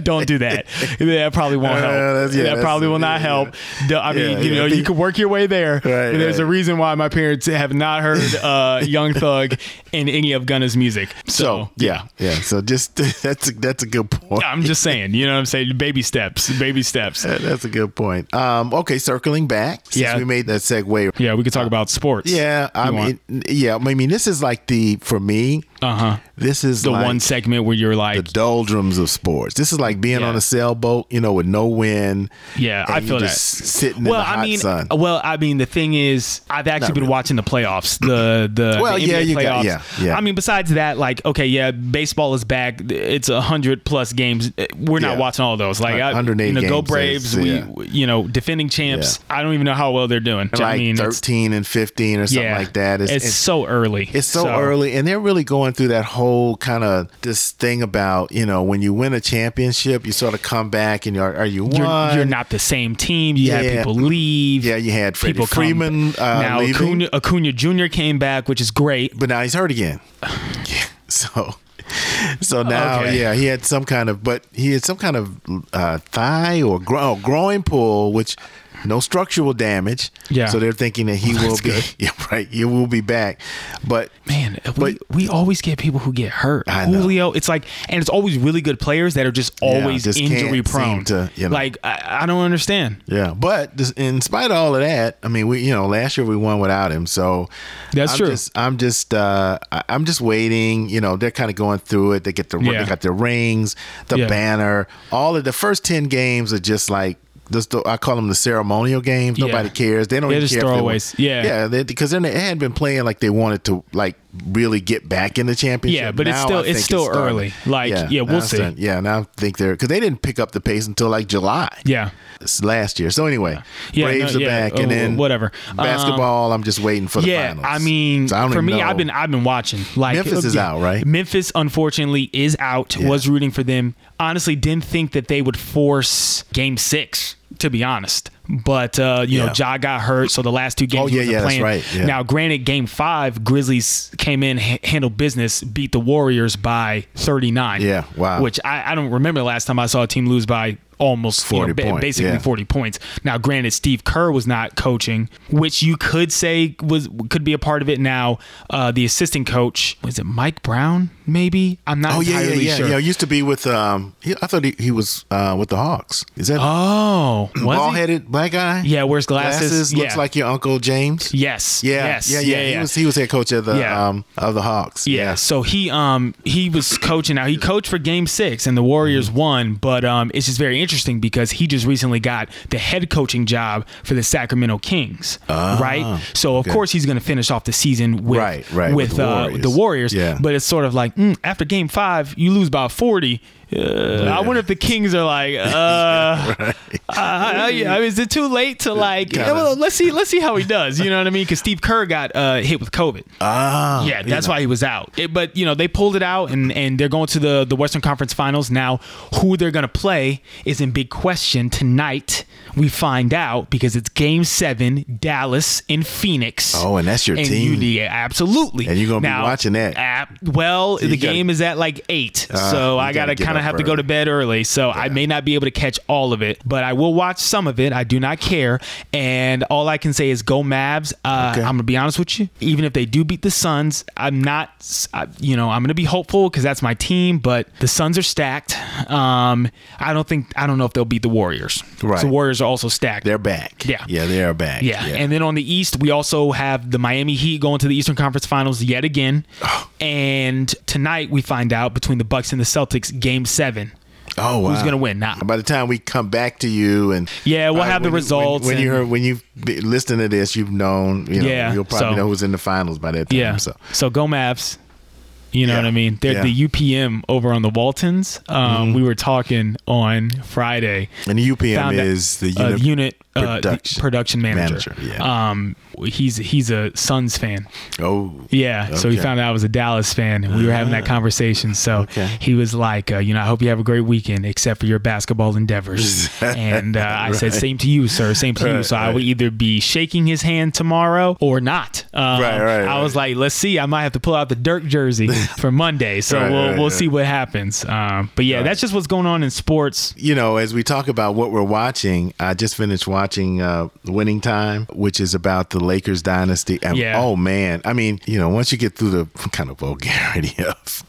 don't do that. That probably won't Uh, help. that's- yeah, that that's- probably will not yeah. help. The- I mean, Yeah, you yeah. know, you can work your way there. but there's right. a reason why my parents have not heard uh, Young Thug in any of Gunna's music. so So. yeah yeah so just that's a, that's a good point I'm just saying, you know what I'm saying? Baby steps, baby steps. That- that's a good point um okay circling back since Yeah. we made that segue Yeah, we could talk about sports. yeah i You mean yeah i mean this is like the for me Uh huh. this is The like, one segment where you're like, the doldrums of sports. This is like being Yeah. on a sailboat, you know, with no wind. Yeah, and I you feel just that. sitting in well, the hot I mean, uh, sun. well, I mean, the thing is, I've actually been really. watching the playoffs. The the Well, the yeah, NBA you playoffs. got- yeah, yeah. I mean, besides that, like, okay, yeah, baseball is back. It's a hundred plus games. We're not Yeah. watching all those. Like, I, 108 you know, go games Braves. is- we, yeah. you know, defending champs. I don't even know how well they're doing. like I mean, it's, thirteen and fifteen or something yeah, like that. It's, it's, it's, so early. it's so, early, and they're really going going through that whole kind of this thing about you know when you win a championship, you sort of come back and you're, are you one? You're, you're not the same team. You had Yeah. people leave. yeah, you had Freddie people come- Freeman uh, now leaving, Acuna, Acuna Jr. came back, which is great. but now he's hurt again. Yeah, so. So now, Okay. yeah, he had some kind of, but he had some kind of uh, thigh or grow, growing pull, which no structural damage. Yeah. So they're thinking that he will That's be, good. yeah, right. He will be back, but Man, we, we always get people who get hurt. I know. Julio, it's like, and it's always really good players that are just always just can't injury seem prone. to, you know. Like, I, I don't understand. Yeah, but this- in spite of all of that, I mean, we you know last year we won without him, so That's I'm true. Just, I'm just uh, I- I'm just waiting. You know, they're kind of going through it. They get the Yeah. they got their rings, the Yeah. banner, all of the first ten games are just like. This, I call them the ceremonial games. Nobody cares. They don't They're even just care if they win. throwaways. Yeah. yeah, they- because then they had been playing like they wanted to like really get back in the championship. Yeah, but it's Now still- I it's think still starting. early. Like, yeah, now we'll it's see. starting. Yeah, now I think they're because they didn't pick up the pace until like July Yeah. s- last year. So anyway, Yeah, Braves no, are yeah, back, and uh, then whatever. basketball. I'm just waiting for the yeah, finals. I mean, So I don't for even me, know. I've been I've been watching. Like Memphis is yeah. out, right? Memphis unfortunately is out. Was rooting for them. Honestly, didn't think that they would force Game Six. To be honest, but uh, you know, Yeah. Ja got hurt, so the last two games Oh, he yeah, wasn't yeah, that's playing. right, yeah. Now, granted, Game Five, Grizzlies came in, ha- handled business, beat the Warriors by thirty nine. Yeah, wow. Which I, I don't remember the last time I saw a team lose by almost 40 40 you know, ba- points, basically yeah. 40 points. Now, granted, Steve Kerr was not coaching, which you could say was could be a part of it. Now, uh, the assistant coach was it Mike Brown? Maybe I'm not Oh yeah, yeah, entirely yeah, sure. yeah. He used to be with. Um, he, I thought he, he was uh, with the Hawks. Is that Oh, was he? ball-headed black guy? Yeah, wears glasses. Looks Yeah. like your uncle James. Yes. Yeah, Yes. yeah, yeah, He was he was head coach of the Yeah. um of the Hawks. Yeah. So he um he was coaching now. He coached for game six and the Warriors Mm-hmm. won, but um it's just very interesting because he just recently got the head coaching job for the Sacramento Kings. right? So of course he's gonna finish off the season with Ah, Right, right, with, with the uh, Warriors. the Warriors. Yeah. But it's sort of like mm, after game five, you lose by forty. Uh, I wonder if the Kings are like, uh, uh, yeah, I mean, is it too late to like? Kinda. well, let's see, let's see how he does. You know what I mean? Because Steve Kerr got uh, hit with COVID. Ah, Yeah, that's why he was out. It- but you know, they pulled it out, and and they're going to the the Western Conference Finals now. Who they're going to play is in big question tonight. We find out because it's Game Seven, Dallas and Phoenix. Oh, and that's your and team. UD, absolutely. And you're gonna be watching that. app- well, the you gotta- Uh, game is at like eight, so you I gotta gotta get kind of up have to go early. to bed early, so I may not be able to catch all of it, but I will watch some of it. I do not care, and all I can say is go Mavs. Uh, Okay. I'm gonna be honest with you. Even if they do beat the Suns, I'm not. I, you know, I'm gonna be hopeful because that's my team. But the Suns are stacked. Um, I don't think I don't know if they'll beat the Warriors. Right. The Warriors are also stacked. they're back. Yeah. yeah, they are back. Yeah. And then on the East, we also have the Miami Heat going to the Eastern Conference Finals yet again. and tonight we find out between the Bucks and the Celtics, game seven. oh, wow. Who's gonna win? Nah. By the time we come back to you and Yeah, we'll uh, have the when you- results when, when you and- heard when you've been listening to this, you've known. You know, Yeah, you'll probably so- know who's in the finals by that time. Yeah. So, So go Mavs. You know Yeah. what I mean? They're Yeah. Mm-hmm. the UPM over on the Waltons. Um, We were talking on Friday. and the UPM Found out- is the uh, unit. unit uh, production, production- production manager. manager, yeah. Um, he's he's a Suns fan. oh, Yeah. So he Okay. Ah, found out I was a Dallas fan, and we were having that conversation. So Okay. he was like, uh, you know, I hope you have a great weekend, except for your basketball endeavors. and uh, I said, same to you, sir. Same to you. Right, So I would right. either be shaking his hand tomorrow or not. Um, Right, right, I was like, let's see. I might have to pull out the Dirk jersey for Monday. So Right, we'll right, we'll right. see what happens. Um, but yeah, that's just what's going on in sports. you know, as we talk about what we're watching, I just finished watching uh, Winning Time, which is about the Lakers dynasty. And Yeah. oh man, I mean, you know, once you get through the kind of vulgarity of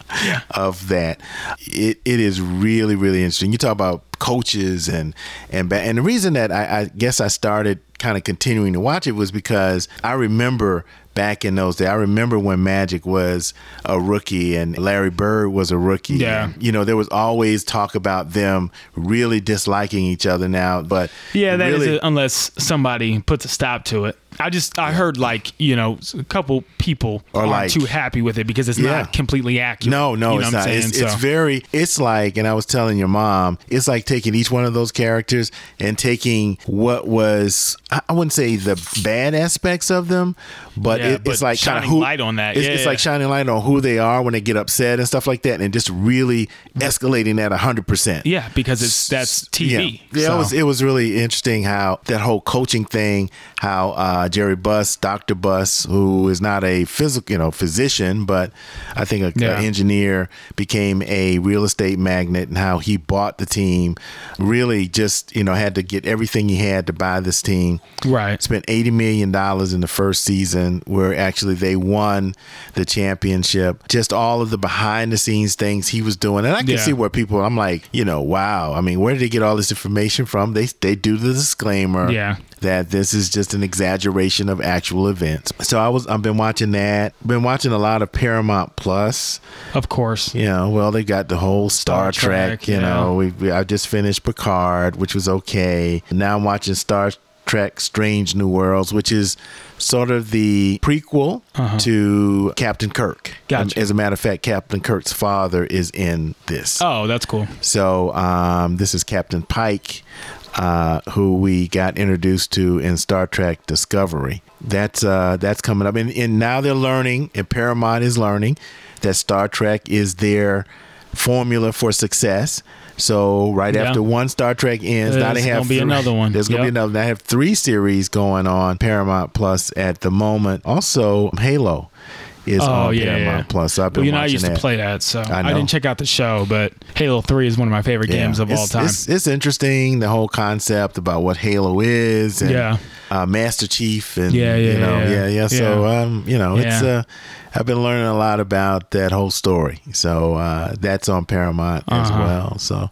of that, it, it is really really interesting. You talk about coaches and and ba- and the reason that I, I guess I started kind of continuing to watch it was because I remember back in those days. I remember when Magic was a rookie and Larry Bird was a rookie. Yeah. And, you know, there was always talk about them really disliking each other now, but Yeah, that is really, it, unless somebody puts a stop to it. I just I heard like you know a couple people Or aren't like- too happy with it because it's Yeah. not completely accurate. no, no, you know it's what not. I'm It's, saying? it's So- very. It's like, and I was telling your mom, it's like taking each one of those characters and taking what was I wouldn't say the bad aspects of them, but Yeah, it, but it's like kind of shining who light on that. It's, Yeah, it's yeah. like shining light on who they are when they get upset and stuff like that, and just really escalating that hundred percent. Yeah, because it's that's TV. Yeah, yeah so. it was it was really interesting how that whole coaching thing, how uh, Jerry Buss, Doctor Buss, who is not a physical, you know, physician, but I think a, Yeah. a engineer, became a real estate magnate, and how he bought the team, really just you know had to get everything he had to buy this team. right. Spent eighty million dollars in the first season, where actually they won the championship. Just all of the behind the scenes things he was doing, and I can Yeah. see where people. I'm like, you know, wow. I mean, where did they get all this information from? They they do the disclaimer, Yeah. that this is just an exaggeration of actual events. So I was I've been watching that. Been watching a lot of Paramount Plus. Of course. You know, well, they got the whole Star, Star Trek. Trek, You yeah. know, we, we I just finished Picard, which was okay. Now I'm watching Star Trek: Strange New Worlds, which is sort of the prequel to Captain Kirk. Uh-huh. Gotcha. As a matter of fact, Captain Kirk's father is in this. Oh, that's cool. So um, this is Captain Pike, uh, who we got introduced to in Star Trek Discovery. That's uh, that's coming up, and, and now they're learning, and Paramount is learning that Star Trek is their formula for success. So right Yeah. after one Star Trek ends, now they There's have gonna be another one. There's gonna be Yep. another. They have three series going on Paramount Plus at the moment. Also, Halo is Oh on yeah, yeah, Paramount yeah. Plus. So I've been well, you know, I watching used that. to play that, so I, know. didn't check out the show, but Halo Three is one of my favorite games of it's, all time. It's, it's interesting the whole concept about what Halo is and Yeah. uh, Master Chief and Yeah, yeah, you know yeah yeah, yeah, yeah. so um you know it's Yeah. uh I've been learning a lot about that whole story so uh that's on Paramount as Uh-huh. well so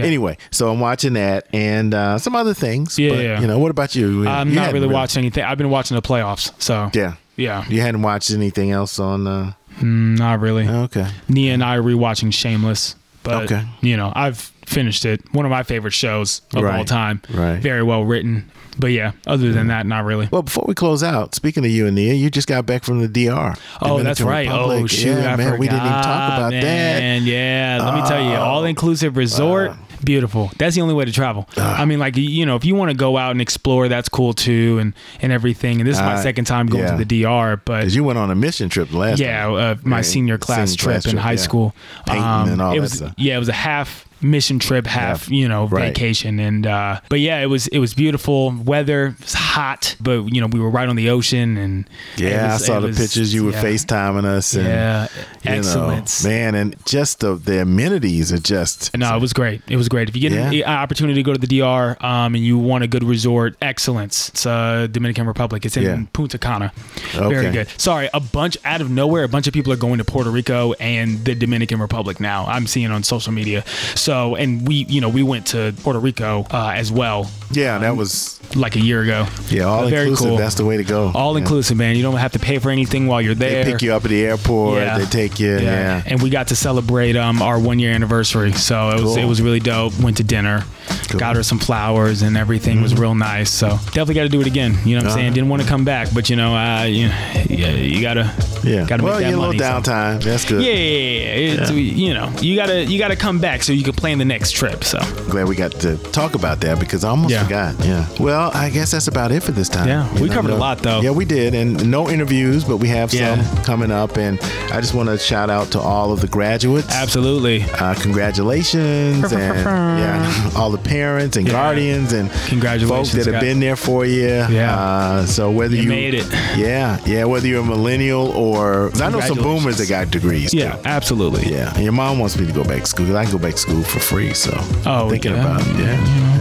Yeah. anyway so I'm watching that and uh some other things Yeah, but yeah. you know what about you I'm You not hadn't really, watching anything. I've been watching the playoffs, so yeah yeah, you hadn't watched anything else on uh Mm, not really. okay Nia and I are rewatching Shameless, but Okay. you know, I've finished it. One of my favorite shows of all Right, time. right. Very well written. But yeah, other than that, not really. well, before we close out, speaking of you and Nia, you just got back from the DR. Oh, Dominican that's right. Oh, Republic. shoot. Yeah, I man, forgot, we didn't even talk about that. Oh. man. Yeah. Let me tell you, all inclusive resort, beautiful. That's the only way to travel. I mean, like, you know, if you want to go out and explore, that's cool too, and, and everything. And this is my Uh, second time going yeah. to the DR, but Because you went on a mission trip last yeah, time. uh, my Right. senior class Senior trip class in trip, high yeah. school. Um, Painting and all it that was stuff. yeah, it was a half mission trip, half Half, you know right. vacation, and uh, but yeah, it was it was beautiful weather. It was hot, but you know we were right on the ocean, and it Yeah, was- I saw it the was- pictures. You were yeah. FaceTiming us. And, Yeah, you know, excellence. man, and just the, the amenities are just. No, it was great. It was great. If you get an Yeah. an opportunity to go to the DR um, and you want a good resort, excellence. It's uh, Dominican Republic. It's in Yeah. Punta Cana. Okay. Very good. Sorry, a bunch out of nowhere, a bunch of people are going to Puerto Rico and the Dominican Republic now. I'm seeing on social media. So, and we, you know, we went to Puerto Rico uh, as well, Yeah, that was. like a year ago. Yeah, all But inclusive. That's the way to go. all Yeah. inclusive, man. You don't have to pay for anything while you're They there. pick you up at the airport. They take you. Yeah. And we got to celebrate um, our one year anniversary. So it was Cool. it was really dope. Went to dinner, Cool. Mm-hmm. got her some flowers and everything was real nice. So definitely got to do it again. You know what I'm Uh-huh. saying? Didn't want to come back, but you know, uh, you, yeah, you gotta Yeah. gotta well, make that you money. a so. little downtime. That's good. Yeah, yeah, yeah, yeah. It's, we- you know, you gotta you gotta come back so you can plan the next trip. So Glad we got to talk about that because I almost Yeah. forgot. Yeah. Well, I guess that's about it for this time. Yeah, You we know, covered a no- lot, though. Yeah, we did, and no interviews, but we have some Yeah. coming up. And I just want to shout out to all of the graduates. absolutely, uh, congratulations and yeah, all the parents and Yeah. guardians and Congratulations, folks that have guys. been there for you. Yeah. Uh, so whether you, made it. yeah, yeah, whether you're a millennial or 'cause I know some Congratulations. boomers that got degrees. too. yeah, absolutely. Yeah, and your mom wants me to go back to school. 'cause I can go back to school for free. So Oh, thinking yeah. about it. Yeah,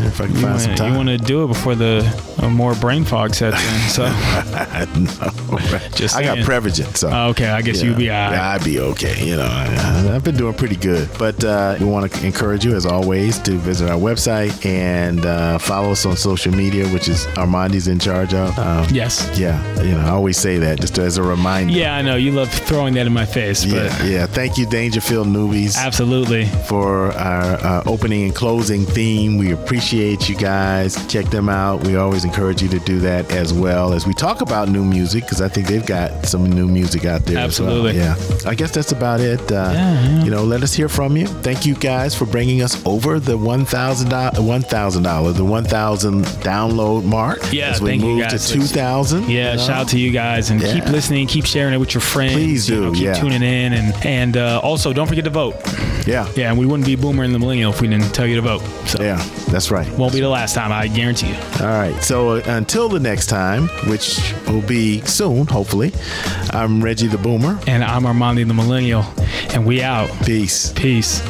if I can find some You time. want to do it before the uh, more brain fog sets in. So Just I got saying. Prevagen, so Oh, okay, I guess you you'll be all right. yeah, I'd be okay. You know, I- I've been doing pretty good. But uh, we want to encourage you, as always, to visit our website and uh, follow us on social media, which is Armandi's in charge of. Um, yes. yeah, you know, I always say that just as a reminder. Yeah, I know you love throwing that in my face, but Yeah, yeah. Thank you, Dangerfield Newbies, absolutely. for our uh, opening and closing theme. We appreciate appreciate you guys. Check them out. We always encourage you to do that as well as we talk about new music because I think they've got some new music out there. Absolutely. Well. Yeah. I guess that's about it. Uh, yeah, yeah. You know, let us hear from you. Thank you guys for bringing us over the one thousand dollar, one thousand dollar, the one thousand download mark. Yeah. As we thank move you guys. to two thousand. Yeah. you know? Shout out to you guys and Yeah. keep listening. Keep sharing it with your friends. Please you do, know, keep yeah. tuning in and and uh, also don't forget to vote. Yeah. Yeah. We wouldn't be boomer and the millennial if we didn't tell you to vote. So Yeah. That's right. won't be the last time. I guarantee you. All right. So uh, until the next time, which will be soon, hopefully, I'm Reggie the Boomer. And I'm Armandi the millennial, and we out. Peace. Peace.